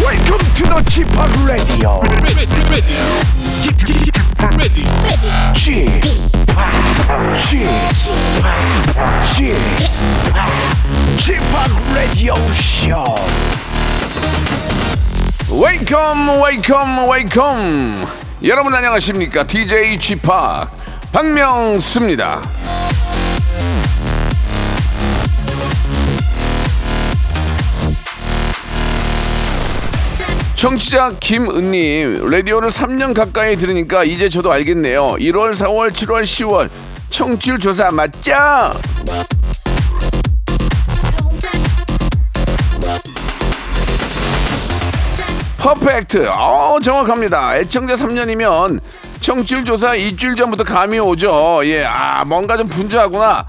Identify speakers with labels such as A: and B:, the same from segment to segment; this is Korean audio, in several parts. A: Welcome to the Chip Radio.
B: ready, ready, ready, ready.
A: Chip, Chip, Chip, Chip Radio Show. Welcome, welcome, welcome. 여러분 안녕하십니까? DJ Chip 박명수입니다. 청취자 김은님 라디오를 3년 가까이 들으니까 이제 저도 알겠네요. 1월, 4월, 7월, 10월 청취율 조사 맞죠? 퍼펙트. 어, 정확합니다. 애청자 3년이면 청취율 조사 일주일 전부터 감이 오죠. 예, 아, 뭔가 좀 분주하구나.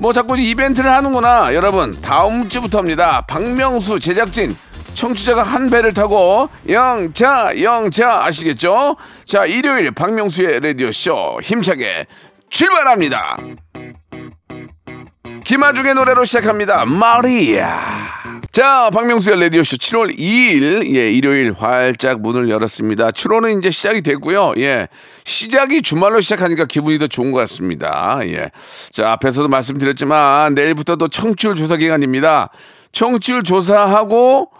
A: 뭐 자꾸 이벤트를 하는구나. 여러분, 다음 주부터입니다. 박명수 제작진 청취자가 한 배를 타고 영자 영자 아시겠죠? 자, 일요일 박명수의 라디오 쇼 힘차게 출발합니다. 김아중의 노래로 시작합니다. 마리아. 자, 박명수의 라디오쇼 7월 2일, 예, 일요일 활짝 문을 열었습니다. 7월은 이제 시작이 됐고요. 예, 시작이 주말로 시작하니까 기분이 더 좋은 것 같습니다. 예. 자, 앞에서도 말씀드렸지만, 내일부터 또 청취율 조사 기간입니다. 청취율 조사하고,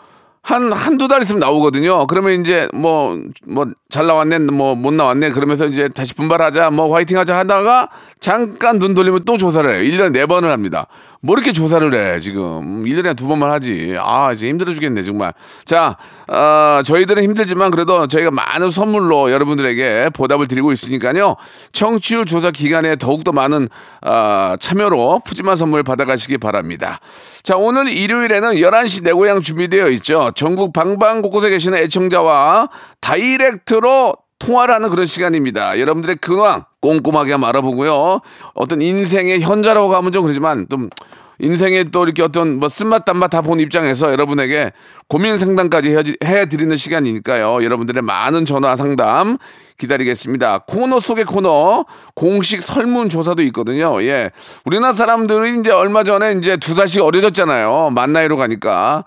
A: 한, 한두 달 있으면 나오거든요. 그러면 이제 뭐, 뭐, 잘 나왔네, 뭐, 못 나왔네. 그러면서 이제 다시 분발하자, 뭐, 화이팅 하자 하다가 잠깐 눈 돌리면 또 조사를 해요. 1년에 4번을 합니다. 뭐 이렇게 조사를 해, 지금. 1년에 두 번만 하지. 아, 이제 힘들어 죽겠네, 정말. 자, 어, 저희들은 힘들지만 그래도 저희가 많은 선물로 여러분들에게 보답을 드리고 있으니까요. 청취율 조사 기간에 더욱더 많은 아, 참여로 푸짐한 선물 받아가시기 바랍니다. 자, 오늘 일요일에는 11시 내 고향 준비되어 있죠. 전국 방방 곳곳에 계시는 애청자와 다이렉트로 통화를 하는 그런 시간입니다. 여러분들의 근황 꼼꼼하게 한번 알아보고요. 어떤 인생의 현자라고 하면 좀 그러지만 좀 인생에 또 이렇게 어떤 뭐 쓴맛 단맛 다 본 입장에서 여러분에게 고민 상담까지 해야지- 해드리는 시간이니까요. 여러분들의 많은 전화 상담 기다리겠습니다. 코너 속의 코너 공식 설문 조사도 있거든요. 예, 우리나라 사람들은 이제 얼마 전에 이제 두 살씩 어려졌잖아요. 만 나이로 가니까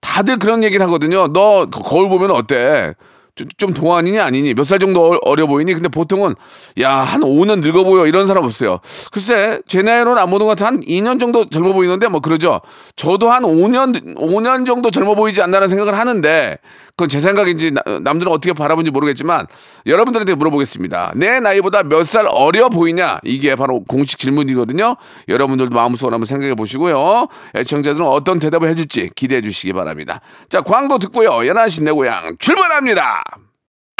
A: 다들 그런 얘기를 하거든요. 너 거울 보면 어때? 좀, 좀 동안이니 아니니 몇 살 정도 어- 어려 보이니 근데 보통은 야 한 5년 늙어 보여 이런 사람 없어요 글쎄 제 나이로는 안 보는 것 같아 한 2년 정도 젊어 보이는데 뭐 그러죠 저도 한 5년 5년 정도 젊어 보이지 않나라는 생각을 하는데 그건 제 생각인지 나- 남들은 어떻게 바라본지 모르겠지만 여러분들한테 물어보겠습니다 내 나이보다 몇 살 어려 보이냐 이게 바로 공식 질문이거든요 여러분들도 마음속으로 한번 생각해 보시고요 애청자들은 어떤 대답을 해줄지 기대해 주시기 바랍니다 자 광고 듣고요 11시 내 고향 출발합니다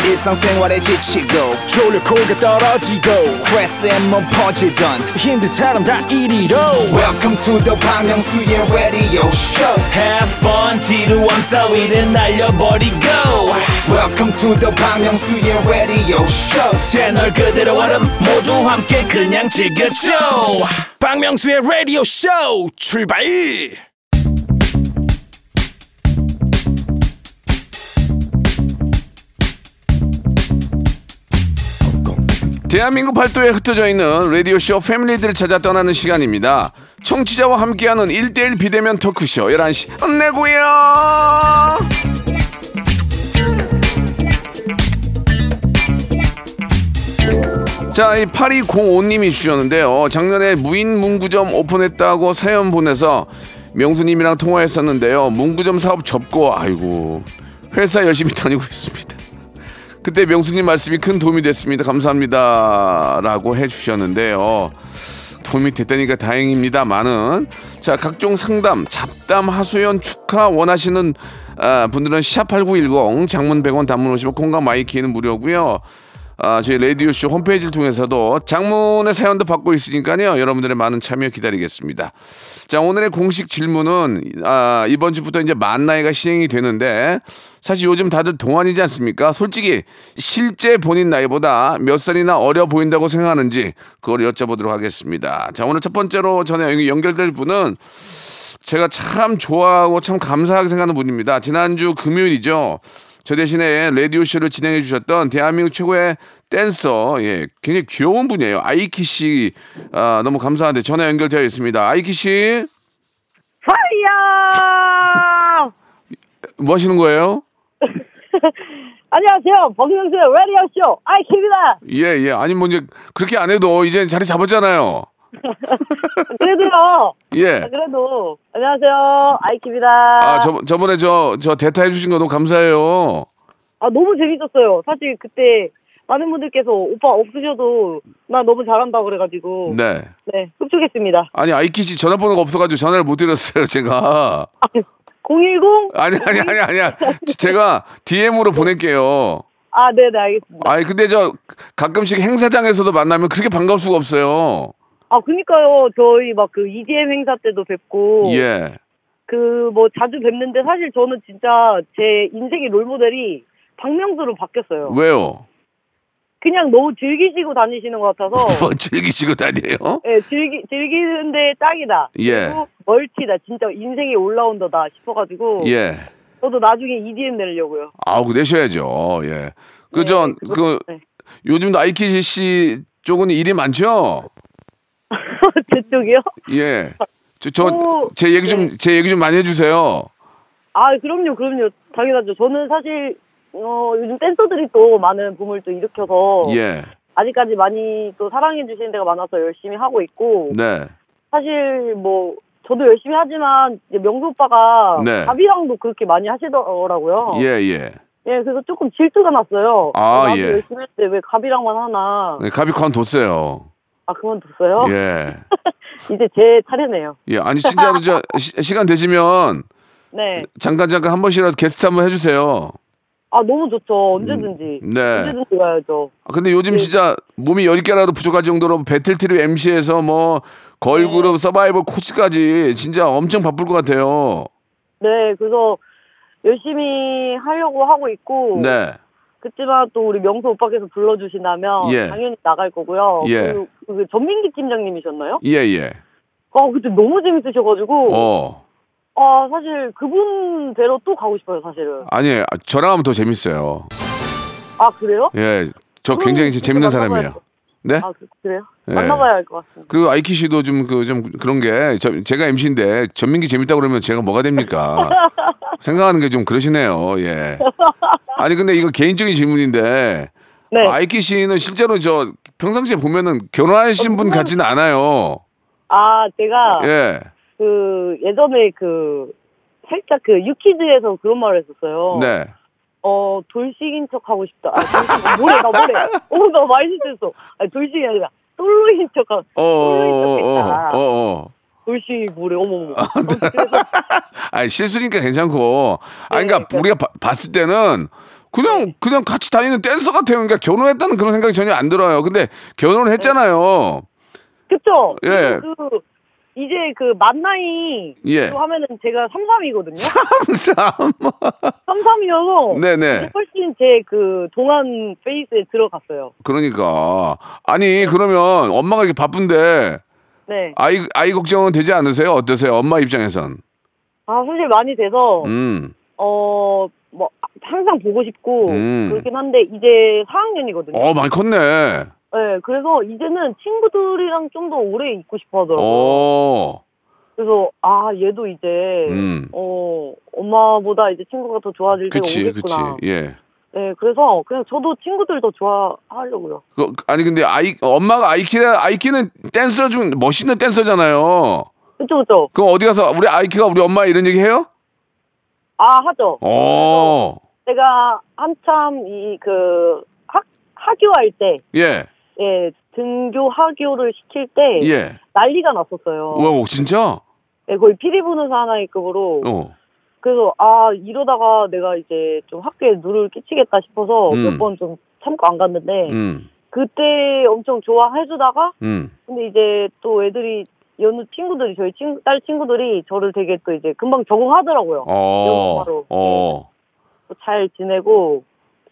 C: 일상생활에 지치고, 졸려 코가 떨어지고, 스트레스에 몸 퍼지던, 힘든 사람 다 이리로. welcome to the Bang Myung-soo's radio show
D: Have fun 지루함 따위를 날려버리고
C: welcome to the Bang Myung-soo's radio show
D: 채널 그대로 얼음 모두 함께 그냥 즐겨줘
E: 박명수의 라디오 쇼 출발!
A: 대한민국 팔도에 흩어져 있는 라디오쇼 패밀리들을 찾아 떠나는 시간입니다. 청취자와 함께하는 1대1 비대면 토크쇼 11시 내고요 자, 이 8205님이 주셨는데요. 작년에 무인 문구점 오픈했다고 사연 보내서 명수님이랑 통화했었는데요. 문구점 사업 접고, 아이고, 회사 열심히 다니고 있습니다. 그때 명수님 말씀이 큰 도움이 됐습니다. 감사합니다. 라고 해주셨는데요. 도움이 됐다니까 다행입니다. 많은. 자, 각종 상담, 잡담, 하소연, 축하 원하시는 아, 분들은 샵8910 장문 100원 단문 오시면 콩과 마이키는 무료고요. 아, 저희 라디오쇼 홈페이지를 통해서도 장문의 사연도 받고 있으니까요. 여러분들의 많은 참여 기다리겠습니다. 자, 오늘의 공식 질문은 아, 이번 주부터 이제 만 나이가 시행이 되는데 사실 요즘 다들 동안이지 않습니까? 솔직히 실제 본인 나이보다 몇 살이나 어려 보인다고 생각하는지 그걸 여쭤보도록 하겠습니다. 자, 오늘 첫 번째로 전에 여기 연결될 분은 제가 참 좋아하고 참 감사하게 생각하는 분입니다. 지난주 금요일이죠. 저 대신에 라디오 쇼를 진행해 주셨던 대한민국 최고의 댄서, 예, 굉장히 귀여운 분이에요. 아이키 씨, 아, 너무 감사한데 전화 연결되어 있습니다. 아이키 씨,
F: 파이어!
A: 뭐 하시는 거예요?
F: 안녕하세요. 박명수의 라디오쇼, 아이키입니다.
A: 예, 예. 아니, 뭐, 이제, 그렇게 안 해도 이제 자리 잡았잖아요.
F: 그래도요.
A: 예.
F: 그래도, 안녕하세요. 아이키입니다.
A: 아, 저, 저번에 저, 저 대타 해주신 거 너무 감사해요.
F: 아, 너무 재밌었어요. 사실 그때 많은 분들께서 오빠 없으셔도 나 너무 잘한다 그래가지고.
A: 네.
F: 네, 흡족했습니다.
A: 아니, 아이키 씨 전화번호가 없어가지고 전화를 못 드렸어요, 제가.
F: 아, 010?
A: 아니, 아니, 아니, 아니야. 제가 DM으로 보낼게요.
F: 아, 네네, 알겠습니다.
A: 아니, 근데 저 가끔씩 행사장에서도 만나면 그렇게 반가울 수가 없어요.
F: 아, 그니까요. 저희 막 그 EDM 행사 때도 뵙고.
A: 예.
F: 그 뭐 자주 뵙는데 사실 저는 진짜 제 인생의 롤모델이 박명수로 바뀌었어요.
A: 왜요?
F: 그냥 너무 즐기시고 다니시는 것 같아서.
A: 뭐 즐기시고 다녀요?
F: 예, 즐기, 즐기는데 짱이다.
A: 예.
F: 그리고 멀티다. 진짜 인생이 올라온다다 싶어가지고.
A: 예.
F: 저도 나중에 EDM 내려고요.
A: 아우, 그 내셔야죠. 예. 그,
F: 네,
A: 전, 그,
F: 그거- 네.
A: 요즘도 아이키 씨 쪽은 일이 많죠?
F: 제 쪽이요?
A: 예. 저, 저,
F: 오,
A: 제 얘기 좀,
F: 네.
A: 제 얘기 좀 많이 해주세요.
F: 아, 그럼요, 그럼요. 당연하죠. 저는 사실, 어, 요즘 댄서들이 또 많은 붐을 또 일으켜서.
A: 예.
F: 아직까지 많이 또 사랑해주시는 데가 많아서 열심히 하고 있고.
A: 네.
F: 사실 뭐, 저도 열심히 하지만, 이제 명수 오빠가.
A: 네.
F: 가비랑도 그렇게 많이 하시더라고요.
A: 예, 예.
F: 예, 그래서 조금 질투가 났어요.
A: 아,
F: 나도
A: 예.
F: 열심히 했는데 왜 가비랑만 하나.
A: 네, 가비콘 뒀어요.
F: 아, 그만뒀어요?
A: 예.
F: 이제 제 차례네요.
A: 예. 아니, 진짜로 저 시, 간 되시면
F: 네.
A: 잠깐, 잠깐 한 번씩이라도 게스트 한번 해주세요.
F: 아, 너무 좋죠. 언제든지.
A: 음, 네.
F: 언제든지 가야죠.
A: 아, 근데 요즘
F: 네.
A: 진짜 몸이 10개라도 부족할 정도로 배틀TV MC에서 뭐 걸그룹
F: 네.
A: 서바이벌 코치까지 진짜 엄청 바쁠 것 같아요.
F: 네, 그래서 열심히 하려고 하고 있고.
A: 네.
F: 그치만 또 우리 명수 오빠께서 불러주신다면.
A: 예.
F: 당연히 나갈 거고요.
A: 예.
F: 그, 그 전민기 팀장님이셨나요?
A: 예, 예.
F: 아, 그때 너무 재밌으셔가지고.
A: 어.
F: 아, 사실 그분 대로 또 가고 싶어요, 사실은.
A: 아니, 아, 저랑 하면 더 재밌어요.
F: 아, 그래요?
A: 예. 저
F: 그럼
A: 굉장히
F: 진짜
A: 재밌는
F: 만나봐야
A: 사람이에요.
F: 돼.
A: 네?
F: 아, 그, 그래요?
A: 예.
F: 만나봐야 할 것 같습니다.
A: 그리고 아이키 씨도 좀 그 좀 그런 게 저- 제가 MC인데 전민기 재밌다 그러면 제가 뭐가 됩니까? 생각하는 게 좀 그러시네요. 예. 아니 근데 이거 개인적인 질문인데
F: 네.
A: 아이키 씨는 실제로 저 평상시에 보면은 결혼하신
F: 어,
A: 분 같지는 않아요.
F: 아, 제가.
A: 예.
F: 그 예전에 그 살짝 그 유키즈에서 그런 말을 했었어요.
A: 네.
F: 어 돌싱인 척 하고 싶다. 아, 돌싱, 뭐래 나 뭐래. 어나 많이 실수했어. 아니 돌싱이 아니라 똘로인 척 하.
A: 어, 어, 어,
F: 똘로인 척
A: 어, 아, 네. 어,
F: 했다.
A: 어.
F: 돌싱이 뭐래. 어머 어머. 어,
A: 아니 실수니까 괜찮고. 아니
F: 네,
A: 그러니까
F: 그러니까.
A: 우리가 바- 봤을 때는 그냥 그냥 같이 다니는 댄서 같아요. 그러니까 결혼했다는 그런 생각이 전혀 안 들어요. 근데
F: 네.
A: 결혼을 했잖아요.
F: 그쵸.
A: 예.
F: 그 이제 그 만나이 그
A: 예.
F: 하면은 제가 삼삼이거든요.
A: 삼삼.
F: 삼삼이어서
A: 그 네네.
F: 훨씬 제 그 동안 페이스에 들어갔어요.
A: 그러니까 아니 그러면 엄마가 이렇게 바쁜데
F: 네.
A: 아이 아이 걱정은 되지 않으세요? 어떠세요? 엄마 입장에선.
F: 아 사실 많이 돼서
A: 음.
F: 어, 뭐, 항상 보고 싶고,
A: 음.
F: 그렇긴 한데, 이제 4학년이거든요.
A: 어 많이 컸네.
F: 네, 그래서 이제는 친구들이랑 좀 더 오래 있고 싶어 하더라고요.
A: 어.
F: 그래서, 아, 얘도 이제,
A: 음.
F: 어, 엄마보다 이제 친구가 더 좋아질 때가
A: 그치 그치.
F: 오겠구나.
A: 예.
F: 네, 그래서 그냥 저도 친구들 더 좋아하려고요.
A: 그, 아니 근데 아이 엄마가 아이키라 아이키는 댄서 중 멋있는 댄서잖아요.
F: 그쵸, 그쵸.
A: 그럼 어디 가서 우리 아이키가 우리 엄마 이런 얘기 해요?
F: 아, 하죠.
A: 어.
F: 제가 한참 이, 그, 학, 학교할 때,
A: 예.
F: 예, 등교 학교를 시킬 때,
A: 예.
F: 난리가 네. 났었어요.
A: 와 진짜?
F: 네, 거의 피리 부는 사나이급으로.
A: 어.
F: 그래서 아 이러다가 내가 이제 좀 학교에 누를 끼치겠다 싶어서
A: 음.
F: 몇 번 좀 참고 안 갔는데
A: 음.
F: 그때 엄청 좋아해주다가
A: 음.
F: 근데 이제 또 애들이 연우 친구들이 저희 친, 딸 친구들이 저를 되게 또 이제 금방 적응하더라고요.
A: 어.
F: 바로.
A: 어.
F: 또잘 지내고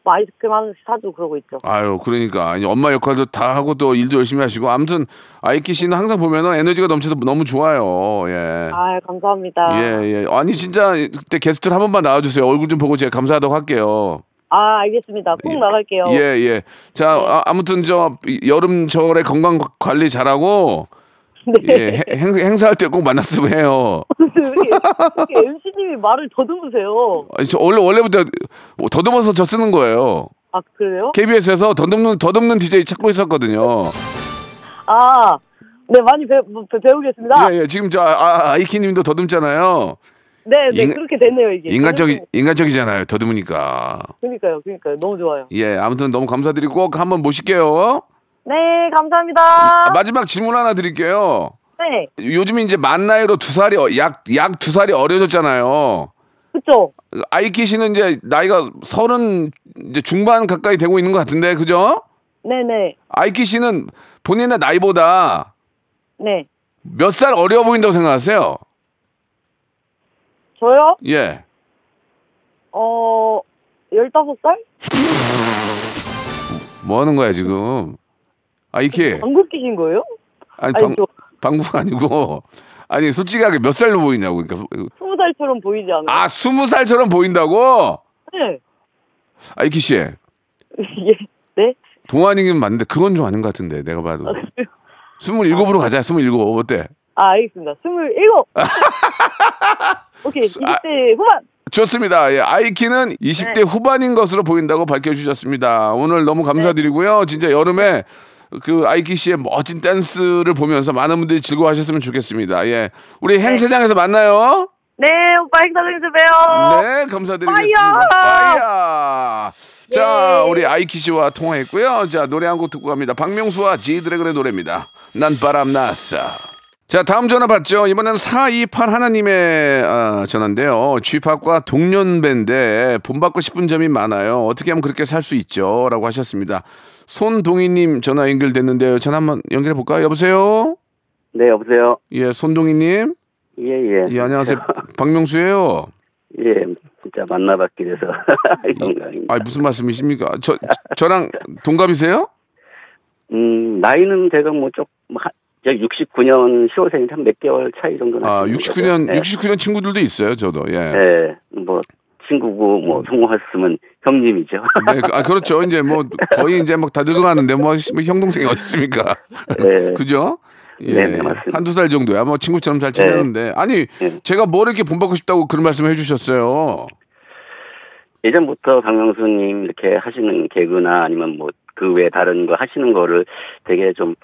F: 뭐 아이스크림 하나씩 사주고 그러고 있죠.
A: 아유, 그러니까 아니 엄마 역할도 다 하고 또 일도 열심히 하시고 아무튼 아이키 씨는 항상 보면은 에너지가 넘쳐서 너무 좋아요. 예.
F: 아 감사합니다.
A: 예, 예. 아니 진짜 그때 게스트로 한 번만 나와 주세요. 얼굴 좀 보고 제가 감사하다고 할게요.
F: 아 알겠습니다. 꼭 나갈게요.
A: 예,
F: 네.
A: 예. 자, 아, 아무튼 저 여름철에 건강 관리 잘하고
F: 네.
A: 예, 해- 행, 행사할 때 꼭 만났으면 해요.
F: 이렇게 MC님이 말을 더듬으세요.
A: 아니, 저 원래 원래부터 더듬어서 저 쓰는 거예요.
F: 아 그래요?
A: KBS에서 더듬는 더듬는 DJ 찾고 있었거든요. 예,
F: 아, 네 많이 배, 뭐, 배- 배우겠습니다.
A: 예, 예, 지금 저 아, 아, 이키님도 더듬잖아요.
F: 네, 네
A: 인-
F: 그렇게 됐네요 이게.
A: 인간적이 인간적이잖아요. 더듬으니까.
F: 그러니까요, 그러니까요, 너무 좋아요.
A: 예, 아무튼 너무 감사드리고 꼭 한번 모실게요.
F: 네, 감사합니다.
A: 마지막 질문 하나 드릴게요.
F: 네,
A: 요즘 이제 만 나이로 두 살이 어, 약 약 두 살이 어려졌잖아요.
F: 그쵸?
A: 아이키 씨는 이제 나이가 서른 이제 중반 가까이 되고 있는 것 같은데 그죠?
F: 네, 네,
A: 아이키 씨는 본인의 나이보다
F: 네.
A: 몇 살 어려 보인다고 생각하세요?
F: 저요?
A: 예.
F: 어, 15살?
A: 뭐 하는 거야 지금? 아이키
F: 방귀 끼신 거예요?
A: 네. 아니
F: 아니,
A: 방
F: 저-
A: 방구가 아니고 아니 솔직하게 몇 살로 보이냐고 그러니까
F: 20살처럼 보이지 않아요?
A: 아 스무 살처럼 보인다고
F: 네.
A: 아이키 씨
F: 예, 네?
A: 동안이긴 맞는데 그건 좀 아닌 것 같은데 내가 봐도 스물일곱으로 가자 스물일곱 어때?
F: 아, 알겠습니다. 27! 오케이,
A: 아.
F: 20대 후반!
A: 좋습니다. 예, 아이키는 20대 후반인 것으로 보인다고 밝혀주셨습니다. 오늘 너무 감사드리고요. 진짜 여름에 그 아이키 씨의 멋진 댄스를 보면서 많은 분들이 즐거워하셨으면 좋겠습니다. 예, 우리 행사장에서 만나요.
F: 네, 오빠 행사장에서 봬요!
A: 네, 감사드리겠습니다.
F: 아, 파이어! 네.
A: 파이어! 자, 우리 아이키 씨와 통화했고요. 자, 노래 한 곡 듣고 갑니다. 박명수와 지 드래곤의 노래입니다. 난 바람 났어. 자, 다음 전화 받죠. 이번에는 428 하나님의 아, 전화인데요. 쥐팍과 동년배인데 본받고 싶은 점이 많아요. 어떻게 하면 그렇게 살 수 있죠? 라고 하셨습니다. 손동희님 전화 연결됐는데요. 전화 한번 연결해 볼까요? 여보세요?
G: 네, 여보세요.
A: 예, 손동희님.
G: 예, 예.
A: 예, 안녕하세요. 박명수예요.
G: 예, 진짜 만나뵙게 돼서 영광입니다.
A: 아 무슨 말씀이십니까? 저 저랑 동갑이세요?
G: 음, 나이는 제가 뭐 쪽, 뭐 한- 제가 69년 10월생인데 한 몇 개월 차이 정도는.
A: 아
G: 하시는
A: 69년
G: 거죠. 예.
A: 69년 친구들도 있어요. 저도 예. 네.
G: 예, 뭐, 친구고,
A: 음.
G: 뭐, 성공했으면 형님이죠.
A: 그- 아 그렇죠. 이제 뭐 거의 이제 막 다 늙어가는데 뭐 씨, 뭐형 동생이 어디 있습니까?
G: 네.
A: 그죠? 예.
G: 네, 네, 맞습니다.
A: 한두 살 정도야. 뭐 친구처럼 잘 지내는데 아니
G: 네.
A: 제가 뭘 이렇게 본받고 싶다고 그런 말씀을 해주셨어요.
G: 예전부터 박명수님 이렇게 하시는 개그나 아니면 뭐, 그 외 다른 거 하시는 거를 되게 좀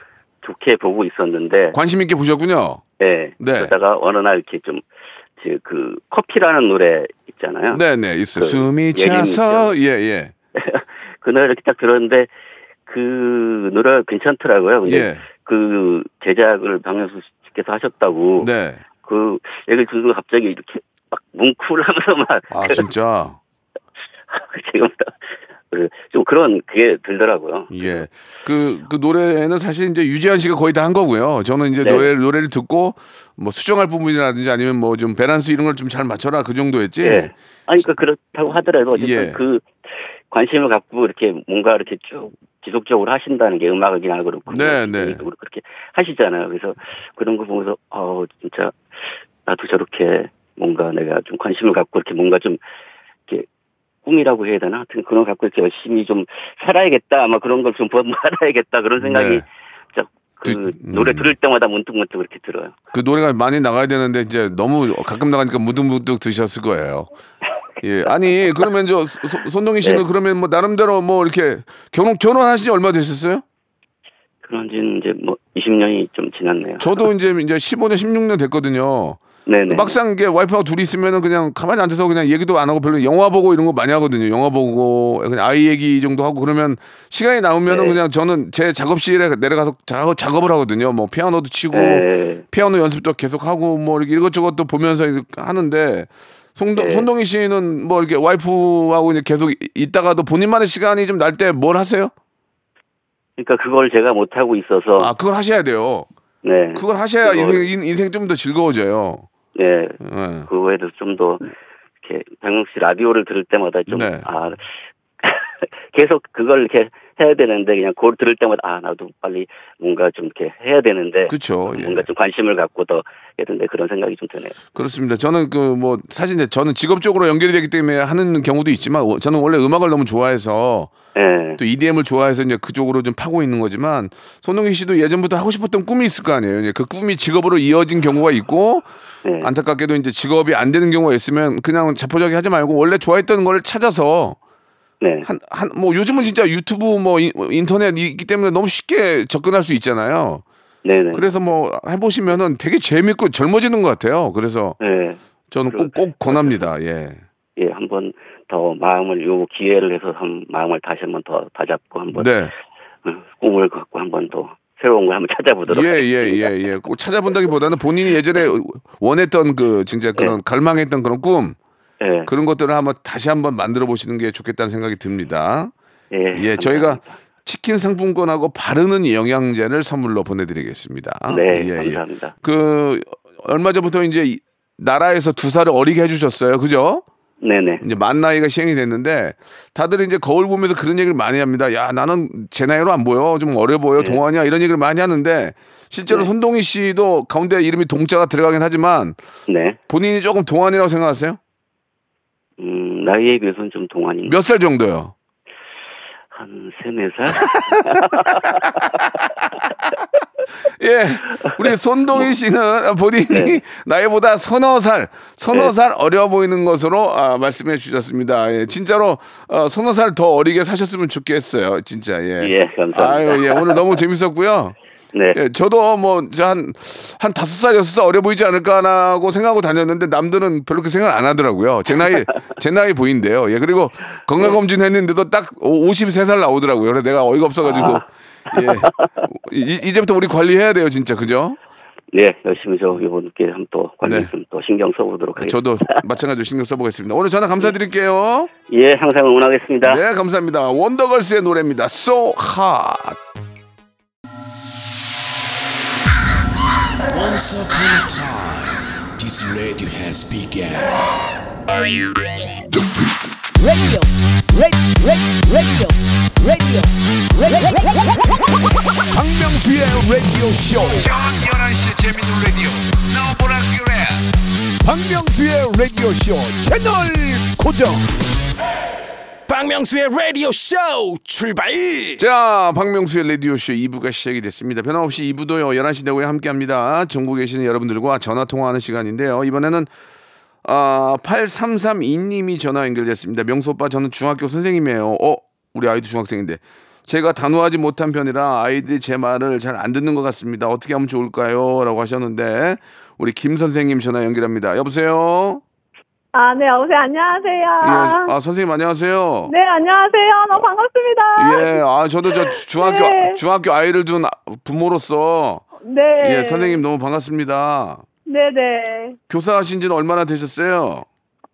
G: 좋게 보고 있었는데,
A: 관심 있게 보셨군요.
G: 예.
A: 네.
G: 그러다가 어느 날 이렇게 좀, 그, 그 커피라는 노래 있잖아요.
A: 네네 있어요.
G: 그
A: 숨이
G: 예림이죠.
A: 차서 예예
G: 그 노래 이렇게 딱 들었는데 그 노래가 괜찮더라고요. 근데
A: 예.
G: 그 제작을 박명수 씨께서 하셨다고
A: 네.
G: 그 얘기를 듣고 갑자기 이렇게 막 뭉클하면서 막
A: 아 진짜
G: 지금 좀 그런 그게 들더라고요.
A: 예. 그, 그 노래는 사실 이제 유재한 씨가 거의 다 한 거고요. 저는 이제
G: 네.
A: 노래, 노래를 듣고 뭐 수정할 부분이라든지 아니면 뭐 좀 밸런스 이런 걸 좀 잘 맞춰라 그 정도였지.
G: 예. 아니 그러니까 그렇다고 하더라도 어쨌든
A: 예.
G: 그 관심을 갖고 이렇게 뭔가 이렇게 쭉 지속적으로 하신다는 게 음악이나 그렇고
A: 네, 네.
G: 그리고 그렇게 하시잖아요. 그래서 그런 거 보면서 어 진짜 나도 저렇게 뭔가 내가 좀 관심을 갖고 이렇게 뭔가 좀 이렇게 꿈이라고 해야 되나 하여튼 그런 거 갖고 이렇게 열심히 좀 살아야겠다 아마 그런 걸 좀 알아야겠다 그런 생각이
A: 네.
G: 진짜 그
A: 그- 음.
G: 노래 들을 때마다 문득문득 그렇게 들어요.
A: 그 노래가 많이 나가야 되는데 이제 너무 가끔 나가니까 무득무득 드셨을 거예요. 예. 아니, 그러면 저 소- 손동희 씨는
G: 네.
A: 그러면 뭐 나름대로 뭐 이렇게 결혼, 결혼하신 지 얼마 되셨어요?
G: 그런 지는 이제 뭐 20년이 좀 지났네요.
A: 저도 이제 이제 15년, 16년 됐거든요.
G: 네네.
A: 막상 이게 와이프하고 둘이 있으면은 그냥 가만히 앉아서 그냥 얘기도 안 하고 별로 영화 보고 이런 거 많이 하거든요. 영화 보고 그냥 아이 얘기 정도 하고 그러면 시간이 나오면은
G: 네.
A: 그냥 저는 제 작업실에 내려가서 작업, 작업을 하거든요. 뭐 피아노도 치고
G: 네.
A: 피아노 연습도 계속 하고 뭐 이렇게 이것저것 또 보면서 이렇게 하는데 손동,
G: 네.
A: 손동희 씨는 뭐 이렇게 와이프하고 이제 계속 있다가도 본인만의 시간이 좀 날 때 뭘 하세요?
G: 그러니까 그걸 제가 못 하고 있어서
A: 아 그걸 하셔야 돼요.
G: 네.
A: 그걸 하셔야
G: 그걸-
A: 인생, 인생 좀 더 즐거워져요.
G: 네.
A: 예.
G: 그거에도 좀 더 이렇게 박명수 씨 라디오를 들을 때마다 좀
A: 네.
G: 아. 계속 그걸 이렇게 해야 되는데 그냥 그걸 들을 때마다 아 나도 빨리 뭔가 좀 이렇게 해야 되는데
A: 그렇죠. 예.
G: 뭔가 좀 관심을 갖고 더 해야 되는데 그런 생각이 좀 드네요.
A: 그렇습니다. 저는 그 뭐 사실 이제 저는 직업적으로 연결이 되기 때문에 하는 경우도 있지만 어, 저는 원래 음악을 너무 좋아해서
G: 예.
A: 또 EDM을 좋아해서 이제 그쪽으로 좀 파고 있는 거지만 손흥민 씨도 예전부터 하고 싶었던 꿈이 있을 거 아니에요. 이제 그 꿈이 직업으로 이어진 경우가 있고
G: 네.
A: 안타깝게도 이제 직업이 안 되는 경우가 있으면 그냥 자포자기 하지 말고 원래 좋아했던 걸 찾아서
G: 네.
A: 한 한 뭐 요즘은 진짜 유튜브 뭐 인- 인터넷이 있기 때문에 너무 쉽게 접근할 수 있잖아요.
G: 네. 네.
A: 그래서 뭐 해보시면은 되게 재밌고 젊어지는 것 같아요. 그래서
G: 예.
A: 저는 꼭 꼭 권합니다. 예.
G: 예, 한번 더 마음을 요 기회를 해서 한 마음을 다시 한번 더 다잡고 한번
A: 네.
G: 어, 꿈을 갖고 한번 더 새로운 걸 한번 찾아보도록
A: 예, 예, 예, 예. 꼭 찾아본다기보다는 본인이 예전에
G: 네.
A: 원했던 그 진짜 그런 갈망했던 그런 꿈
G: 예.
A: 그런 것들을 한번 다시 한번 만들어 보시는 게 좋겠다는 생각이 듭니다.
G: 예.
A: 예, 저희가 치킨 상품권하고 바르는 영양제를 선물로 보내드리겠습니다.
G: 네,
A: 예, 예.
G: 감사합니다.
A: 그 얼마 전부터 이제 이- 나라에서 두 살을 어리게 해주셨어요, 그죠?
G: 네, 네.
A: 이제 만 나이가 시행이 됐는데 다들 이제 거울 보면서 그런 얘기를 많이 합니다. 야 나는 제 나이로 안 보여, 좀 어려 보여,
G: 예.
A: 동안이야 이런 얘기를 많이 하는데 실제로 손동희 씨도 가운데 이름이 동자가 들어가긴 하지만
G: 네.
A: 본인이 조금 동안이라고 생각하세요?
G: 음, 나이에 비해서는 좀 동안인
A: 몇 살 정도요?
G: 한 세네 살
A: 예, 우리
G: 뭐.
A: 손동희 씨는 본인이 나이보다 서너 살, 서너
G: 네.
A: 살 어려 보이는 것으로 아, 말씀해 주셨습니다. 예, 진짜로 어, 서너 살 더 어리게 사셨으면 좋겠어요, 진짜. 예,
G: 예, 감사합니다.
A: 아유, 예, 오늘 너무 재밌었고요.
G: 네.
A: 예, 저도 뭐한한 다섯 살 여섯 살 어려 보이지 않을까라고 생각하고 다녔는데 남들은 별로 그렇게 생각 안 하더라고요. 제 나이 제 나이 보인대요. 예 그리고 건강 검진 했는데도 딱 53살 나오더라고요. 그래서 내가 어이가 없어가지고 예 이, 이제부터 우리 관리해야 돼요 진짜 그죠?
G: 네, 열심히 저 이번 기회에 한번 또 관심
A: 네. 아,
G: 있으면 또 신경 써보도록 하겠습니다.
A: 저도 마찬가지로 신경 써보겠습니다. 오늘 전화 감사드릴게요.
G: 예, 항상 응원하겠습니다.
A: 네 감사합니다. 원더걸스의 노래입니다. So hot.
H: Once upon a time, this radio has begun.
I: radio, radio, radio, radio, radio,
H: 박명수의 라디오 쇼. 저녁 11시 재밌는 라디오. 박명수의 라디오 쇼 채널 고정. 박명수의 라디오 쇼 출발.
A: 자, 박명수의 라디오쇼 2부가 시작이 됐습니다. 변함없이 2부도요, 11시 내고에 함께 합니다. 전국에 계시는 여러분들과 전화통화하는 시간인데요. 이번에는, 아, 8332님이 전화 연결됐습니다. 명수 오빠, 저는 중학교 선생님이에요. 어, 우리 아이도 중학생인데. 제가 단호하지 못한 편이라 아이들이 제 말을 잘 안 듣는 것 같습니다. 어떻게 하면 좋을까요? 라고 하셨는데, 우리 김 선생님 전화 연결합니다. 여보세요?
J: 아, 네, 여보세요.
A: 예,
J: 안녕하세요.
A: 아, 선생님 안녕하세요.
J: 네, 안녕하세요. 너무 반갑습니다.
A: 예, 아 저도 저 주- 중학교
J: 네.
A: 중학교 아이를 둔 아- 부모로서
J: 네.
A: 예 선생님 너무 반갑습니다.
J: 네네.
A: 교사하신 지는 얼마나 되셨어요?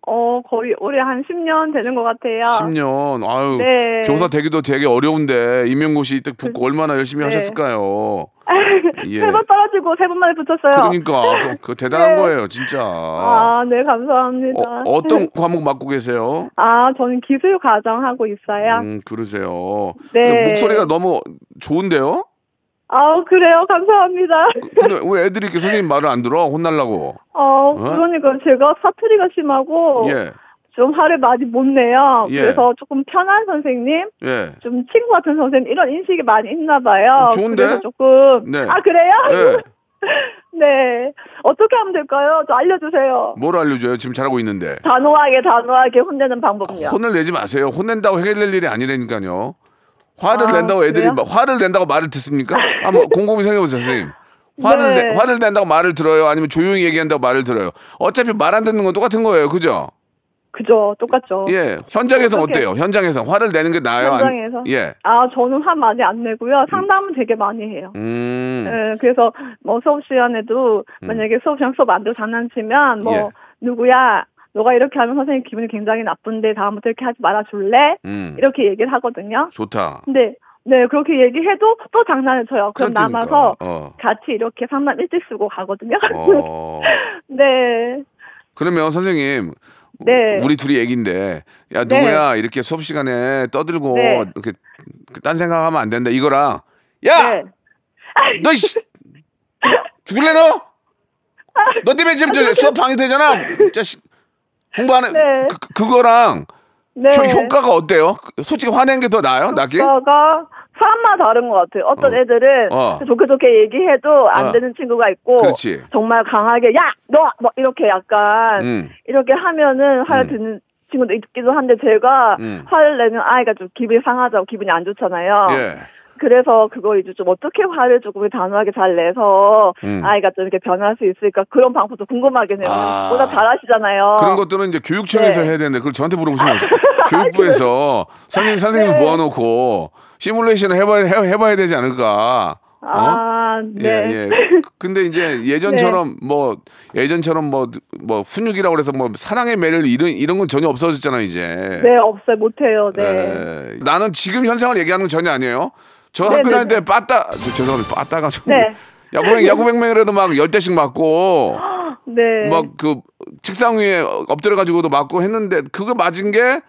J: 어, 거의 올해 한 10년 되는 것 같아요.
A: 10년. 아유
J: 네.
A: 교사 되기도 되게 어려운데 임용고시 딱 붙고 얼마나 열심히
J: 네.
A: 하셨을까요? 예.
J: 세 번 떨어지고 세 번만에 붙였어요.
A: 그러니까 그, 그 대단한
J: 네.
A: 거예요 진짜.
J: 아, 네, 감사합니다. 네.
A: 어, 어떤 과목 맡고 계세요?
J: 아, 저는 기술 과정 하고 있어요.
A: 음 그러세요.
J: 네.
A: 근데 목소리가 너무 좋은데요?
J: 아우, 그래요. 감사합니다.
A: 근데 왜 애들이 이렇게 선생님 말을 안 들어? 혼날라고.
J: 어,
A: 어?
J: 그러니까 제가 사투리가 심하고
A: 예.
J: 좀 화를 많이 못 내요.
A: 예.
J: 그래서 조금 편한 선생님,
A: 예.
J: 좀 친구 같은 선생님 이런 인식이 많이 있나 봐요.
A: 어, 좋은데?
J: 그래서 조금
A: 네.
J: 아, 그래요?
A: 예.
J: 네. 어떻게 하면 될까요? 저 알려주세요.
A: 뭘 알려줘요? 지금 잘하고 있는데.
J: 단호하게 단호하게 혼내는 방법은요.
A: 혼을 내지 마세요. 혼낸다고 해결될 일이 아니라니까요. 화를
J: 아,
A: 낸다고 애들이
J: 그래요?
A: 마- 화를 낸다고 말을 듣습니까? 한번 곰곰이 생각해보세요, 선생님. 화를
J: 네.
A: 내, 화를 낸다고 말을 들어요. 아니면 조용히 얘기한다고 말을 들어요. 어차피 말 안 듣는 건 똑같은 거예요, 그죠?
J: 그죠? 어, 똑같죠.
A: 예. 현장에서
J: 어떡해.
A: 어때요? 현장에서 화를 내는 게 나아요? 아니-
J: 현장에서?
A: 예.
J: 아, 저는 화 많이 안 내고요. 상담은 되게 많이 해요.
A: 음.
J: 예, 그래서 뭐 수업 시간에도 만약에 수업 시간 수업 안 들어 장난치면 뭐
A: 예.
J: 누구야 너가 이렇게 하면 선생님 기분이 굉장히 나쁜데 다음부터 이렇게 하지 말아 줄래?
A: 음.
J: 이렇게 얘기를 하거든요.
A: 좋다.
J: 근데 네 그렇게 얘기해도 또 장난을 쳐요. 그럼
A: 그렇다니까.
J: 남아서
A: 어.
J: 같이 이렇게 상담 일찍 쓰고 가거든요.
A: 어.
J: 네.
A: 그러면 선생님
J: 네.
A: 우리 둘이 얘기인데 야
J: 네.
A: 누구야 이렇게 수업 시간에 떠들고
J: 네.
A: 이렇게 딴 생각하면 안 된다 이거랑 야
J: 네.
A: 너 씨, 죽을래 너?
J: 아.
A: 너 때문에 지금 저 수업 방해되잖아. 자식 공부하는
J: 네.
A: 그, 그- 그거랑
J: 네.
A: 효- 효과가 어때요? 솔직히 화낸 게 더 나아요? 나게?
J: 효과가 사람마다 다른 것 같아요. 어떤
A: 어.
J: 애들은
A: 어.
J: 좋게 좋게 얘기해도 안
A: 어.
J: 되는 친구가 있고
A: 그렇지.
J: 정말 강하게 야 너 뭐 이렇게 약간
A: 음.
J: 이렇게 하면은 화를
A: 음.
J: 듣는 친구도 있기도 한데 제가
A: 음.
J: 화를 내면 아이가 좀 기분이 상하죠. 기분이 안 좋잖아요.
A: 예.
J: 그래서 그거 이제 좀 어떻게 화를 조금 단호하게 잘 내서
A: 음.
J: 아이가 좀 이렇게 변할 수 있을까 그런 방법도 궁금하긴 해요.
A: 아.
J: 보다 잘하시잖아요.
A: 그런 것들은 이제 교육청에서
J: 어. 네.
A: 해야 되는데 그걸 저한테 물어보시면 어떡해요? 교육부에서 선생님 선생님을
J: 네.
A: 모아놓고 시뮬레이션을 해봐야 해- 해봐야 되지 않을까? 어?
J: 아, 네.
A: 예, 예. 근데 이제 예전처럼 뭐 예전처럼 뭐 뭐 훈육이라고 그래서 뭐 사랑의 매를 이런 이런 건 전혀 없어졌잖아요 이제.
J: 네, 없어요. 못해요. 네.
A: 예. 나는 지금 현상을 얘기하는 건 전혀 아니에요. 저
J: 네,
A: 학교
J: 네,
A: 다닐 때 빠따 저- 죄송합니다 빠따가 좀
J: 네.
A: 야구뱅 야구뱅뱅이라도 막 열 대씩 맞고
J: 네.
A: 막 그 책상 위에 엎드려 가지고도 맞고 했는데 그거 맞은 게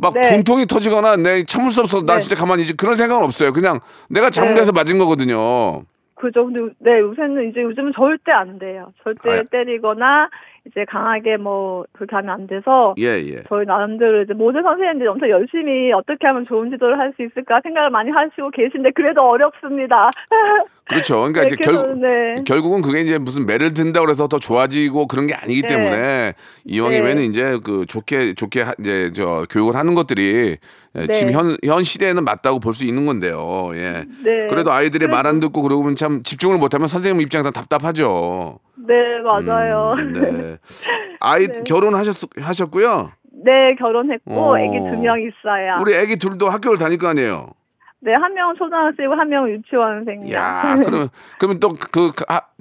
A: 막
J: 네.
A: 분통이 터지거나 내 참을 수 없어서 나
J: 네.
A: 진짜 가만히 있지 그런 생각은 없어요. 그냥 내가 잘못해서 맞은 거거든요.
J: 그죠. 근데 네, 요새는 이제 요즘은 절대 안 돼요. 절대
A: 아.
J: 때리거나 이제 강하게 뭐 그렇게 하면 안 돼서
A: 예 예.
J: 저희 나름대로 이제 모든 선생님들이 엄청 열심히 어떻게 하면 좋은 지도를 할 수 있을까 생각을 많이 하시고 계신데 그래도 어렵습니다.
A: 그렇죠. 그러니까
J: 네,
A: 이제
J: 그래서,
A: 결국
J: 네.
A: 결국은 그게 이제 무슨 매를 든다 그래서 더 좋아지고 그런 게 아니기
J: 네.
A: 때문에 이왕이면
J: 네.
A: 이제 그 좋게 좋게 하- 이제 저 교육을 하는 것들이 예,
J: 네.
A: 지금 현, 현 시대에는 맞다고 볼 수 있는 건데요. 예.
J: 네.
A: 그래도 아이들이
J: 그래도-
A: 말 안 듣고 그러고 보면 참 집중을 못하면 선생님 입장에서 답답하죠.
J: 네, 맞아요.
A: 음, 네. 아이 결혼하셨 하셨고요.
J: 네, 결혼했고
A: 어.
J: 아기 두 명 있어요.
A: 우리 아기 둘도 학교를 다닐 거 아니에요.
J: 네, 한 명은 초등학생이고 한 명은 유치원생이요.
A: 야, 그러면 그러면 또 그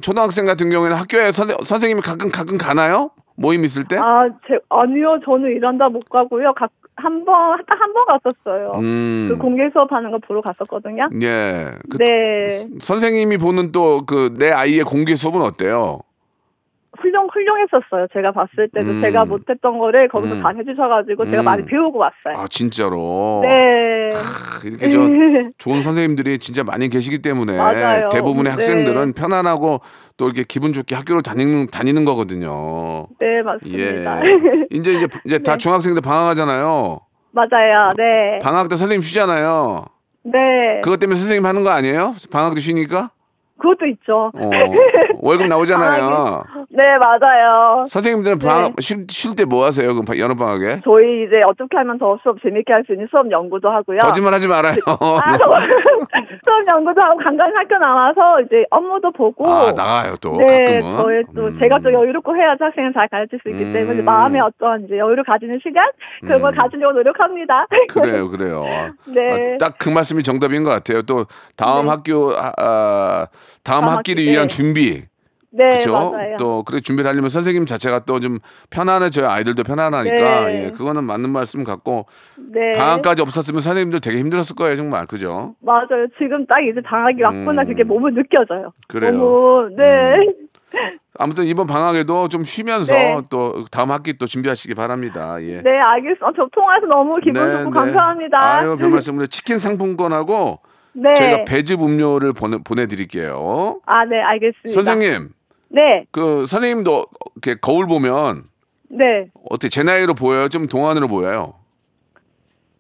A: 초등학생 같은 경우에는 학교에 선, 선생님이 가끔 가끔 가나요? 모임 있을 때?
J: 아, 제, 아니요. 저는 일한다 못 가고요. 각, 한 번, 딱 한 번 갔었어요.
A: 음.
J: 그 공개 수업하는 거 보러 갔었거든요.
A: 예. 그
J: 네,
A: 선생님이 보는 또 그 내 아이의 공개 수업은 어때요?
J: 훌륭 훌륭했었어요. 제가 봤을 때도
A: 음.
J: 제가 못했던 거를 거기서
A: 음.
J: 다 해주셔가지고 제가
A: 음.
J: 많이 배우고 왔어요.
A: 아 진짜로.
J: 네,
A: 크, 이렇게 저
J: 네.
A: 좋은 선생님들이 진짜 많이 계시기 때문에
J: 맞아요.
A: 대부분의
J: 네.
A: 학생들은 편안하고 또 이렇게 기분 좋게 학교를 다니는 다니는 거거든요.
J: 네
A: 예.
J: 맞습니다.
A: 이제 이제 이제 다 중학생들 방학하잖아요.
J: 맞아요. 네,
A: 방학 때 선생님 쉬잖아요.
J: 네,
A: 그것 때문에 선생님 하는 거 아니에요? 방학 때 쉬니까?
J: 그것도 있죠.
A: 어. 월급 나오잖아요.
J: 네, 맞아요.
A: 선생님들은 방학
J: 네.
A: 쉴 때 뭐 하세요? 그럼 바- 여름 방학에?
J: 저희 이제 어떻게 하면 더 수업 재밌게 할 수 있는 수업 연구도 하고요.
A: 거짓말 하지 말아요. 네.
J: 아, 정말. 수업 연구도 하고 간간히 학교 나와서 이제 업무도 보고.
A: 아, 나가요 또
J: 네,
A: 가끔은.
J: 저의 또
A: 음.
J: 제가 또 여유롭고 해야지 학생을 잘 가르칠 수 있기
A: 음.
J: 때문에 마음의 어떤 이제 여유를 가지는 시간 그런 걸 가지려고 노력합니다.
A: 그래요, 그래요. 아,
J: 네.
A: 딱 그 말씀이 정답인 것 같아요. 또 다음 학교 아, 아, 다음,
J: 다음
A: 학기를
J: 학기,
A: 위한
J: 네.
A: 준비.
J: 네,
A: 그렇죠.
J: 맞아요.
A: 또 그래 준비를 하려면 선생님 자체가 또 좀 편안해져야 아이들도 편안하니까
J: 네.
A: 예, 그거는 맞는 말씀 같고
J: 네.
A: 방학까지 없었으면 선생님들 되게 힘들었을 거예요, 정말. 그죠?
J: 맞아요. 지금 딱 이제 방학이 왔구나 그게 몸을 느껴져요.
A: 음. 그래요. 음.
J: 너무 네.
A: 아무튼 이번 방학에도 좀 쉬면서
J: 네.
A: 또 다음 학기 또 준비하시기 바랍니다. 예.
J: 네, 알겠어. 저 통화해서 너무 기분
A: 네,
J: 좋고
A: 네.
J: 감사합니다.
A: 아유, 별 말씀으로 치킨 상품권하고
J: 네.
A: 저희가 배즙 음료를 보내 보내드릴게요.
J: 아, 네, 알겠습니다.
A: 선생님,
J: 네.
A: 그 선생님도 이렇게 거울 보면
J: 네.
A: 어떻게 제 나이로 보여요? 좀 동안으로 보여요?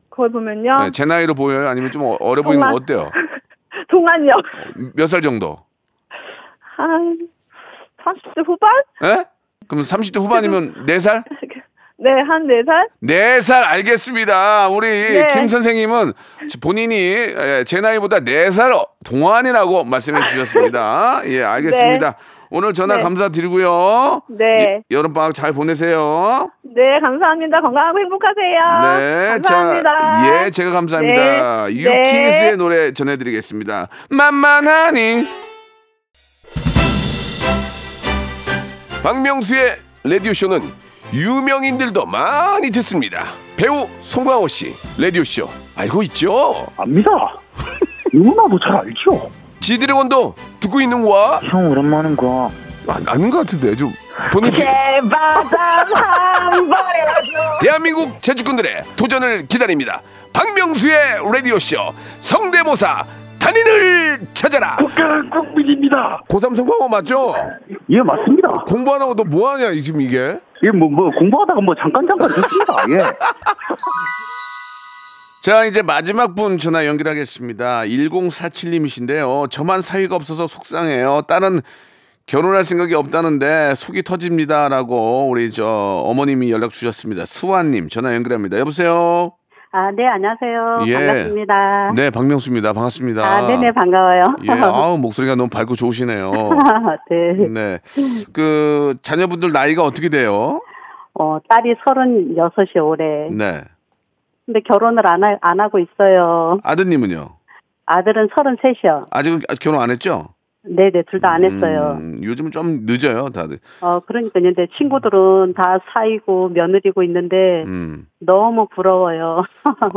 J: 그걸 보면요.
A: 네, 제 나이로 보여요? 아니면 좀 어- 어려 보이는 거
J: 동안.
A: 어때요?
J: 동안이요.
A: 몇 살 정도?
J: 한 30대 후반?
A: 예? 그럼 30대 후반이면 4살?
J: 네, 한 4살?
A: 네 살 알겠습니다. 우리
J: 네.
A: 김 선생님은 본인이 예, 제 나이보다 네 살 동안이라고 말씀해 주셨습니다. 예, 알겠습니다. 오늘 전화
J: 네.
A: 감사드리고요.
J: 네.
A: 예, 여름방학 잘 보내세요.
J: 네, 감사합니다. 건강하고 행복하세요.
A: 네.
J: 감사합니다.
A: 자, 예, 제가 감사합니다.
J: 네.
A: 유키즈의
J: 네.
A: 노래 전해드리겠습니다. 만만하니.
K: 박명수의 라디오쇼는 유명인들도 많이 듣습니다. 배우 송강호 씨, 라디오쇼 알고 있죠?
L: 압니다. 누구나도 잘 알죠.
K: 지드래곤도 듣고 있는 와
L: 형 오랜만인 거.
M: 아, 아닌 것 같은데 좀 본인
N: 제발 한 번에 하죠.
M: 대한민국 재주꾼들의 도전을 기다립니다. 박명수의 라디오 쇼 성대모사 단인을 찾아라.
L: 국가는 국민입니다.
M: 고3 성공한 맞죠?
L: 예, 맞습니다.
M: 공부 안 하고 너 뭐 하냐 이- 지금 이게?
L: 예, 뭐, 뭐, 공부하다가 뭐, 잠깐, 잠깐 듣습니다. 예.
A: 자, 이제 마지막 분 전화 연결하겠습니다. 1047님이신데요. 저만 사위가 없어서 속상해요. 딸은 결혼할 생각이 없다는데 속이 터집니다라고 우리 저 어머님이 연락 주셨습니다. 수아님 전화 연결합니다. 여보세요.
N: 아, 네, 안녕하세요.
A: 예.
N: 반갑습니다.
A: 네, 박명수입니다. 반갑습니다.
N: 아, 네네, 반가워요.
A: 예, 아우 목소리가 너무 밝고 좋으시네요.
N: 네.
A: 네, 그 자녀분들 나이가 어떻게 돼요?
N: 어, 딸이 36이 올해.
A: 네,
N: 근데 결혼을 안, 하, 안 하고 있어요.
A: 아드님은요?
N: 아들은 33이요.
A: 아직은 아직 결혼 안 했죠?
N: 네네, 둘 다 안 했어요.
A: 음, 요즘은 좀 늦어요, 다들.
N: 어, 그러니까 이제 친구들은 다 사이고 며느리고 있는데
A: 음,
N: 너무 부러워요.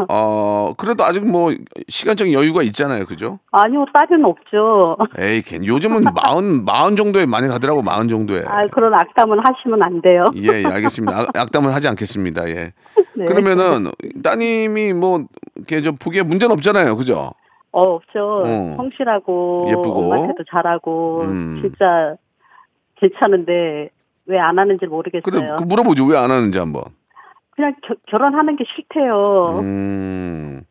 A: 어 그래도 아직 뭐 시간적인 여유가 있잖아요, 그죠?
N: 아니요, 딸은 없죠.
A: 에이, 걘 요즘은 마흔 마흔 정도에 많이 가더라고 마흔 정도에.
N: 아, 그런 악담은 하시면 안 돼요.
A: 예, 예, 알겠습니다. 악- 악담을 하지 않겠습니다. 예.
N: 네.
A: 그러면은 따님이 뭐 이렇게 좀 보기에 문제는 없잖아요, 그죠?
N: 어, 없죠.
A: 어.
N: 성실하고
A: 예쁘고.
N: 엄마한테도 잘하고
A: 음.
N: 진짜 괜찮은데 왜 안 하는지 모르겠어요.
A: 그래 그 물어보죠 왜 안 하는지 한번.
N: 그냥 겨- 결혼하는 게 싫대요.
A: 음,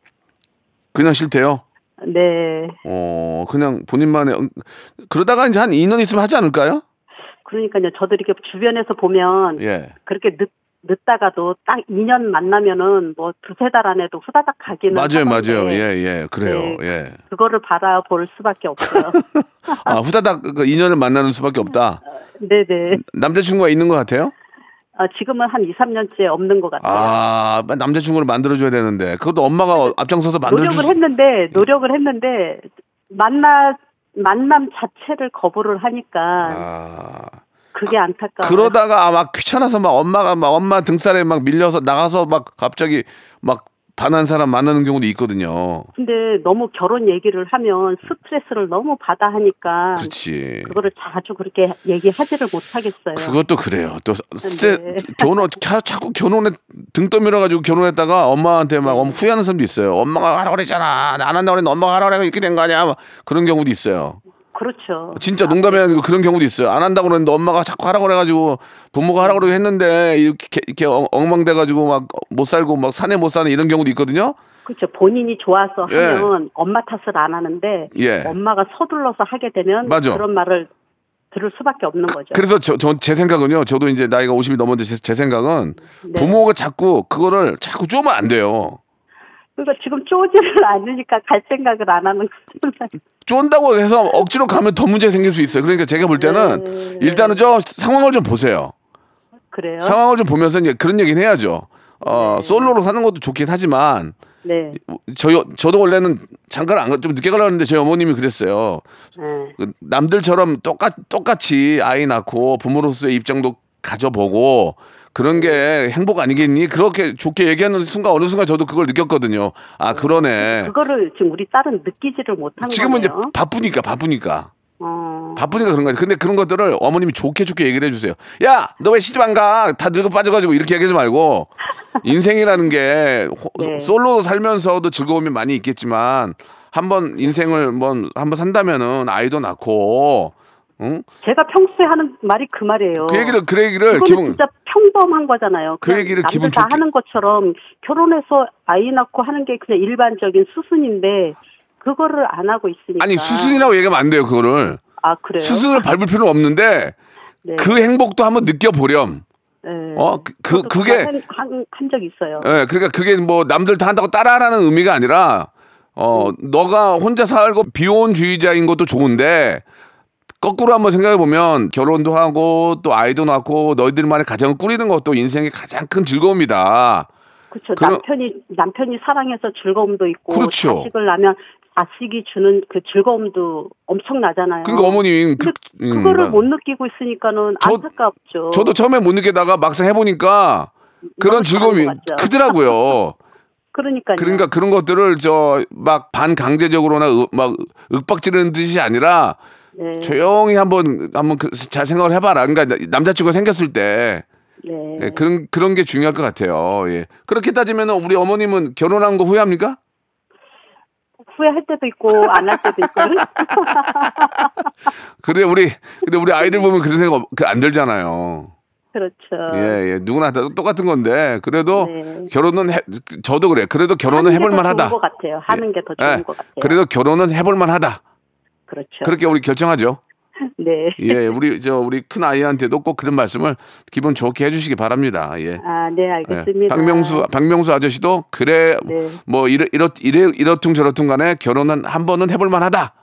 A: 그냥 싫대요.
N: 네.
A: 어, 그냥 본인만의 음, 그러다가 이제 한 2년 있으면 하지 않을까요?
N: 그러니까요. 저도 이렇게 주변에서 보면
A: 예.
N: 그렇게 늦, 늦다가도 딱 2년 만나면은 뭐 두세 달 안에도 후다닥 가기는
A: 맞아요,
N: 하던데
A: 맞아요. 예, 예. 그래요.
N: 네.
A: 예.
N: 그거를 바라볼 수밖에 없어요.
A: 아, 후다닥 그 인연을 만나는 수밖에 없다.
N: 네네.
A: 남자친구가 있는 것 같아요?
N: 아, 지금은 한 2, 3년째 없는 것 같아요.
A: 아, 남자친구를 만들어줘야 되는데. 그것도 엄마가 앞장서서 만들어줄
N: 노력을
A: 수... 음.
N: 했는데 노력을 했는데 만나 만남 자체를 거부를 하니까
A: 아,
N: 그게 안타까워요.
A: 그러다가 막 귀찮아서 막 엄마가 막 엄마 등살에 막 밀려서 나가서 막 갑자기 막 반한 사람 만나는 경우도 있거든요.
N: 근데 너무 결혼 얘기를 하면 스트레스를 너무 받아 하니까
A: 그렇지.
N: 그거를 자주 그렇게 얘기하지를 못하겠어요.
A: 그것도 그래요. 또 스테,
N: 네.
A: 결혼 자- 자꾸 결혼에 등 떠밀어 가지고 결혼했다가 엄마한테 막 엄마 후회하는 사람도 있어요. 엄마가 하라 그랬잖아. 나안 한다 그랬는데 엄마가 하라 그래서 이렇게 된 거 아니야? 막 그런 경우도 있어요.
N: 렇죠
A: 진짜 농담이 아니고 그런 경우도 있어요. 안 한다고 그랬는데 엄마가 자꾸 하라 그래 가지고 부모가 하라 그러고 했는데 이렇게 이렇게 엉- 엉망돼 가지고 막 못 살고 막 산에 못 사는 이런 경우도 있거든요.
N: 그렇죠. 본인이 좋아서
A: 예.
N: 하면 엄마 탓을 안 하는데
A: 예.
N: 엄마가 서둘러서 하게 되면
A: 맞아.
N: 그런 말을 들을 수밖에 없는 거죠.
A: 그래서 저, 저, 제 생각은요. 저도 이제 나이가 50이 넘었는데 제, 제 생각은
N: 네.
A: 부모가 자꾸 그거를 자꾸 쪼면 안 돼요.
N: 그러니까 지금 쪼지를 않으니까 갈 생각을 안 하는 거잖아요.
A: 쫀다고 해서 억지로 가면 더 문제 생길 수 있어요. 그러니까 제가 볼 때는
N: 네.
A: 일단은 저 상황을 좀 보세요.
N: 그래요.
A: 상황을 좀 보면서 이제 그런 얘기는 해야죠. 어, 솔로로 사는 것도 좋긴 하지만 뭐
N: 네.
A: 저희 저도 원래는 장가를 안 가- 좀 늦게 가려고 했는데 저희 어머님이 그랬어요.
N: 네.
A: 그 남들처럼 똑같 똑같이 아이 낳고 부모로서의 입장도 가져보고 그런 게 행복 아니겠니? 그렇게 좋게 얘기하는 순간 어느 순간 저도 그걸 느꼈거든요. 아 그러네.
N: 그거를 지금 우리 딸은 느끼지를 못한
A: 지금은 이제
N: 거예요.
A: 바쁘니까 바쁘니까.
N: 어,
A: 바쁘니까 그런 거지. 근데 그런 것들을 어머님이 좋게 좋게 얘기를 해주세요. 야, 너 왜 시집 안 가? 다 늙어 빠져가지고 이렇게 얘기하지 말고 인생이라는 게 호-
N: 네.
A: 솔로 살면서도 즐거움이 많이 있겠지만 한번 인생을 한번 한번 산다면은 아이도 낳고 응?
N: 제가 평소에 하는 말이 그 말이에요.
A: 그 얘기를 그 얘기를
N: 이거는
A: 기분
N: 진짜 평범한 거잖아요.
A: 그
N: 그냥
A: 얘기를
N: 남들
A: 기분
N: 다
A: 좋게-
N: 하는 것처럼 결혼해서 아이 낳고 하는 게 그냥 일반적인 수순인데 그거를 안 하고 있으니까.
A: 아니 수순이라고 얘기하면 안 돼요 그거를
N: 아 그래요.
A: 수순을 밟을 필요는 없는데
N: 네.
A: 그 행복도 한번 느껴보렴.
N: 네.
A: 어, 그- 그-
N: 저도
A: 그게-
N: 한한 한, 한 적이 있어요.
A: 예, 그러니까 그게 뭐 남들 다 한다고 따라하라는 의미가 아니라 어 너가 혼자 살고 비혼주의자인 것도 좋은데 거꾸로 한번 생각해 보면 결혼도 하고 또 아이도 낳고 너희들만의 가정을 꾸리는 것도 인생의 가장 큰 즐거움이다.
N: 그렇죠.
A: 그런-
N: 남편이 남편이 사랑해서 즐거움도 있고
A: 그렇죠.
N: 자식을 낳으면 자식이 주는 그 즐거움도 엄청나잖아요.
A: 그러니까 어머님 그,
N: 근데 그거를 못 느끼고 있으니까는
A: 저-
N: 안타깝죠.
A: 저도 처음에 못 느끼다가 막상 해보니까 그런
N: 너무 잘하는
A: 즐거움이
N: 것 같죠.
A: 크더라고요.
N: 그러니까요.
A: 그러니까 그런 것들을 저 막 반강제적으로나 으- 막 윽박지르는 듯이 아니라
F: 네.
A: 조용히 한번 한번 그- 잘 생각을 해봐라. 그러니까 남자친구 가 생겼을 때
F: 네.
A: 예, 그런 그런 게 중요할 것 같아요. 예. 그렇게 따지면 우리 어머님은 결혼한 거 후회합니까?
F: 후회할 때도 있고 안 할 때도 있거든.
A: 그래 우리 근데 우리 아이들 보면 그런 생각 없- 그안 들잖아요.
F: 그렇죠.
A: 예, 예. 누구나 다 똑같은 건데 그래도
F: 네.
A: 결혼은 해, 저도 그래. 그래도 결혼은 해볼 만하다.
F: 좋은 것 같아요. 하는 게 더 좋은
A: 예.
F: 것 같아요.
A: 그래도 결혼은 해볼 만하다.
F: 그렇죠.
A: 그렇게 우리 결정하죠.
F: 네.
A: 예, 우리 저 우리 큰 아이한테도 꼭 그런 말씀을 기분 좋게 해주시기 바랍니다. 예.
F: 아, 네,
A: 예.
F: 알겠습니다.
A: 박명수 박명수 아저씨도 그래
F: 네.
A: 뭐 이러 이러 이래 이러퉁 저러퉁 간에 결혼은 한 번은 해볼 만하다.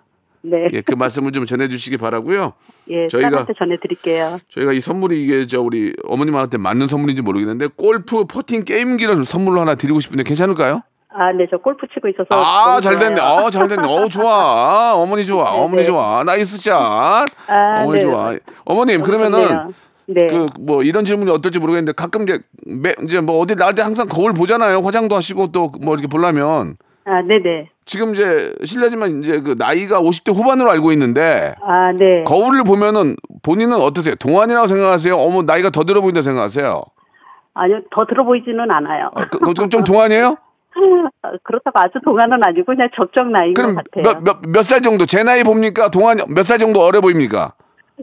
F: 네.
A: 예, 그 말씀을 좀 전해주시기 바라고요.
F: 예,
A: 저희가-
F: 딸한테 전해드릴게요.
A: 저희가 이 선물이 이게 저 우리 어머님한테 맞는 선물인지 모르겠는데 골프 퍼팅 게임기를 선물로 하나 드리고 싶은데 괜찮을까요?
F: 아, 네, 저 골프 치고 있어서.
A: 아,
F: 너무
A: 잘 됐네.
F: 좋아요.
A: 어, 잘 됐네. 어, 좋아. 아, 어머니 좋아. 어머니
F: 네.
A: 좋아. 나이스 샷.
F: 아,
A: 어머니
F: 네.
A: 좋아. 어머님,
F: 너무
A: 그러면은
F: 좋네요. 네.
A: 그 뭐 이런 질문이 어떨지 모르겠는데 가끔 이제 매, 이제 뭐 어디 나갈 때 항상 거울 보잖아요. 화장도 하시고 또 뭐 이렇게 보려면
F: 아, 네네.
A: 지금 이제 실례지만 이제 그 나이가 50대 후반으로 알고 있는데
F: 아, 네.
A: 거울을 보면은 본인은 어떠세요? 동안이라고 생각하세요? 어머 나이가 더 들어 보인다 생각하세요?
F: 아니요, 더 들어보이지는 않아요.
A: 아, 그, 그럼 좀 동안이에요?
F: 아, 그렇다고 아주 동안은 아니고 그냥 적정 나이인
A: 그럼
F: 것 네, 같아요.
A: 몇 몇 몇 살 정도 제 나이 봅니까? 동안 몇 살 정도 어려 보입니까?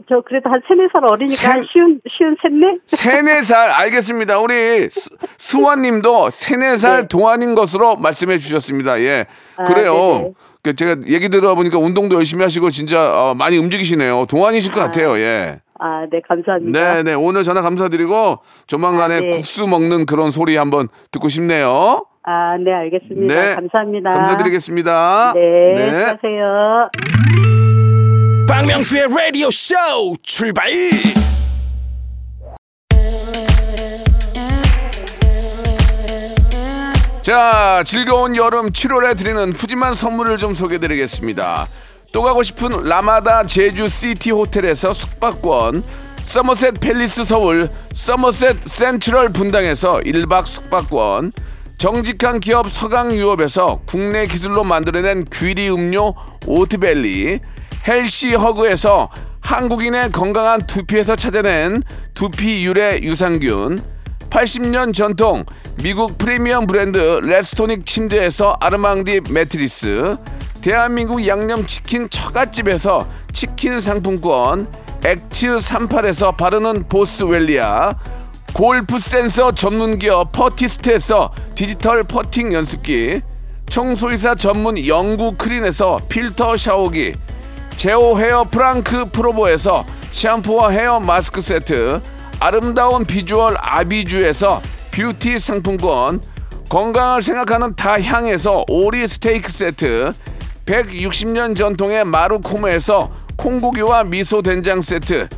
F: 저 그래도 한 세네 살
A: 세-
F: 어리니까 한 쉬운, 쉬운 셋네?
A: 세네 살 알겠습니다. 우리 스- 스완님도 세네 살 동안인 것으로 말씀해 주셨습니다. 예,
F: 아,
A: 그래요.
F: 네네.
A: 그 제가 얘기 들어보니까 운동도 열심히 하시고 진짜 어, 많이 움직이시네요. 동안이실 것 같아요. 예.
F: 아, 네, 감사합니다.
A: 네, 네. 오늘 전화 감사드리고 조만간에
F: 아, 네.
A: 국수 먹는 그런 소리 한번 듣고 싶네요.
F: 아, 네, 알겠습니다.
A: 네.
F: 감사합니다.
A: 감사드리겠습니다.
F: 네, 수고하세요.
E: 박명수의 라디오 쇼 출발
A: 자, 즐거운 여름 7월에 드리는 푸짐한 선물을 좀 소개해 드리겠습니다. 또 가고 싶은 라마다 제주 시티 호텔에서 숙박권, 서머셋 팰리스 서울, 서머셋 센트럴 분당에서 1박 숙박권, 정직한 기업 서강유업에서 국내 기술로 만들어낸 귀리 음료 오트밸리, 헬시 허그에서 한국인의 건강한 두피에서 찾아낸 두피 유래 유산균, 80년 전통 미국 프리미엄 브랜드 레스토닉 침대에서 아르망디 매트리스 대한민국 양념치킨 처갓집에서 치킨 상품권 액츠 38에서 바르는 보스웰리아 골프 센서 전문기업 퍼티스트에서 디지털 퍼팅 연습기 청소이사 전문 영구 크린에서 필터 샤워기 제오 헤어 프랑크 프로보에서 샴푸와 헤어 마스크 세트 아름다운 비주얼 아비주에서 뷰티 상품권 건강을 생각하는 다향에서 오리 스테이크 세트 160년 전통의 마루코메에서 콩고기와 미소 된장 세트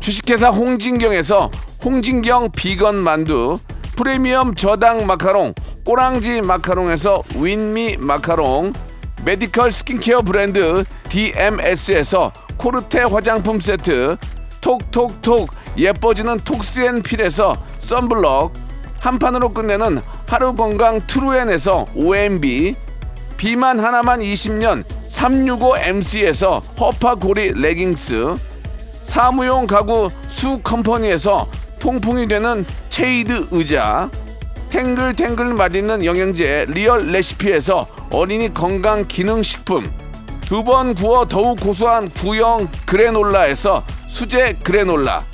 A: 주식회사 홍진경에서 홍진경 비건 만두 프리미엄 저당 마카롱 꼬랑지 마카롱에서 윈미 마카롱 메디컬 스킨케어 브랜드 DMS에서 코르테 화장품 세트, 톡톡톡 예뻐지는 톡스앤필에서 썬블럭, 한 판으로 끝내는 하루 건강 트루엔에서 OMB, 비만 하나만 20년 365MC에서 허파고리 레깅스, 사무용 가구 수 컴퍼니에서 통풍이 되는 체이드 의자, 탱글탱글 맛있는 영양제 리얼 레시피에서 어린이 건강 기능식품 두 번 구워 더욱 고소한 구형 그래놀라에서 수제 그래놀라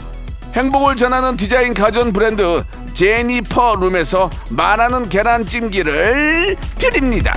A: 행복을 전하는 디자인 가전 브랜드 제니퍼 룸에서 말하는 계란찜기를 드립니다.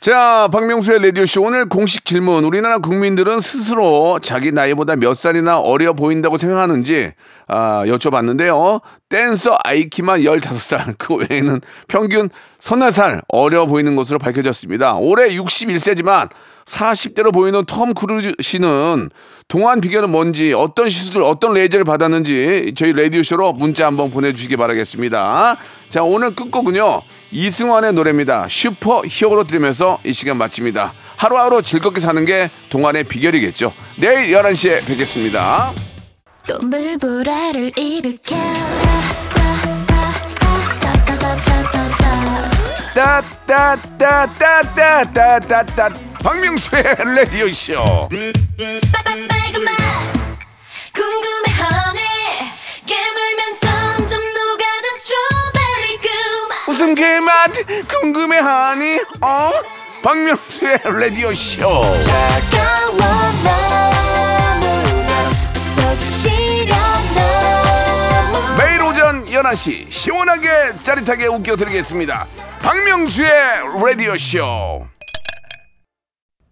A: 자, 박명수의 라디오쇼 오늘 공식 질문. 우리나라 국민들은 스스로 자기 나이보다 몇 살이나 어려 보인다고 생각하는지 아, 여쭤봤는데요. 댄서 아이키만 15살, 그 외에는 평균 서너 살 어려 보이는 것으로 밝혀졌습니다. 올해 61세지만 40대로 보이는 톰 크루즈 씨는 동안 비결은 뭔지, 어떤 시술, 어떤 레이저를 받았는지 저희 라디오쇼로 문자 한번 보내주시기 바라겠습니다. 자, 오늘 끝곡은요. 이승환의 노래입니다. 슈퍼 히어로 들으면서 이 시간 마칩니다. 하루하루 즐겁게 사는 게 동안의 비결이겠죠. 내일 11시에 뵙겠습니다.
J: 똥불부라를 일으켜
A: 따따따따따따따따따 박명수의 라디오 쇼. 무슨 개맛 궁금해하니? 어? 박명수의 라디오 쇼. 매일 오전 11시 시원하게 짜릿하게 웃겨드리겠습니다. 박명수의 라디오 쇼.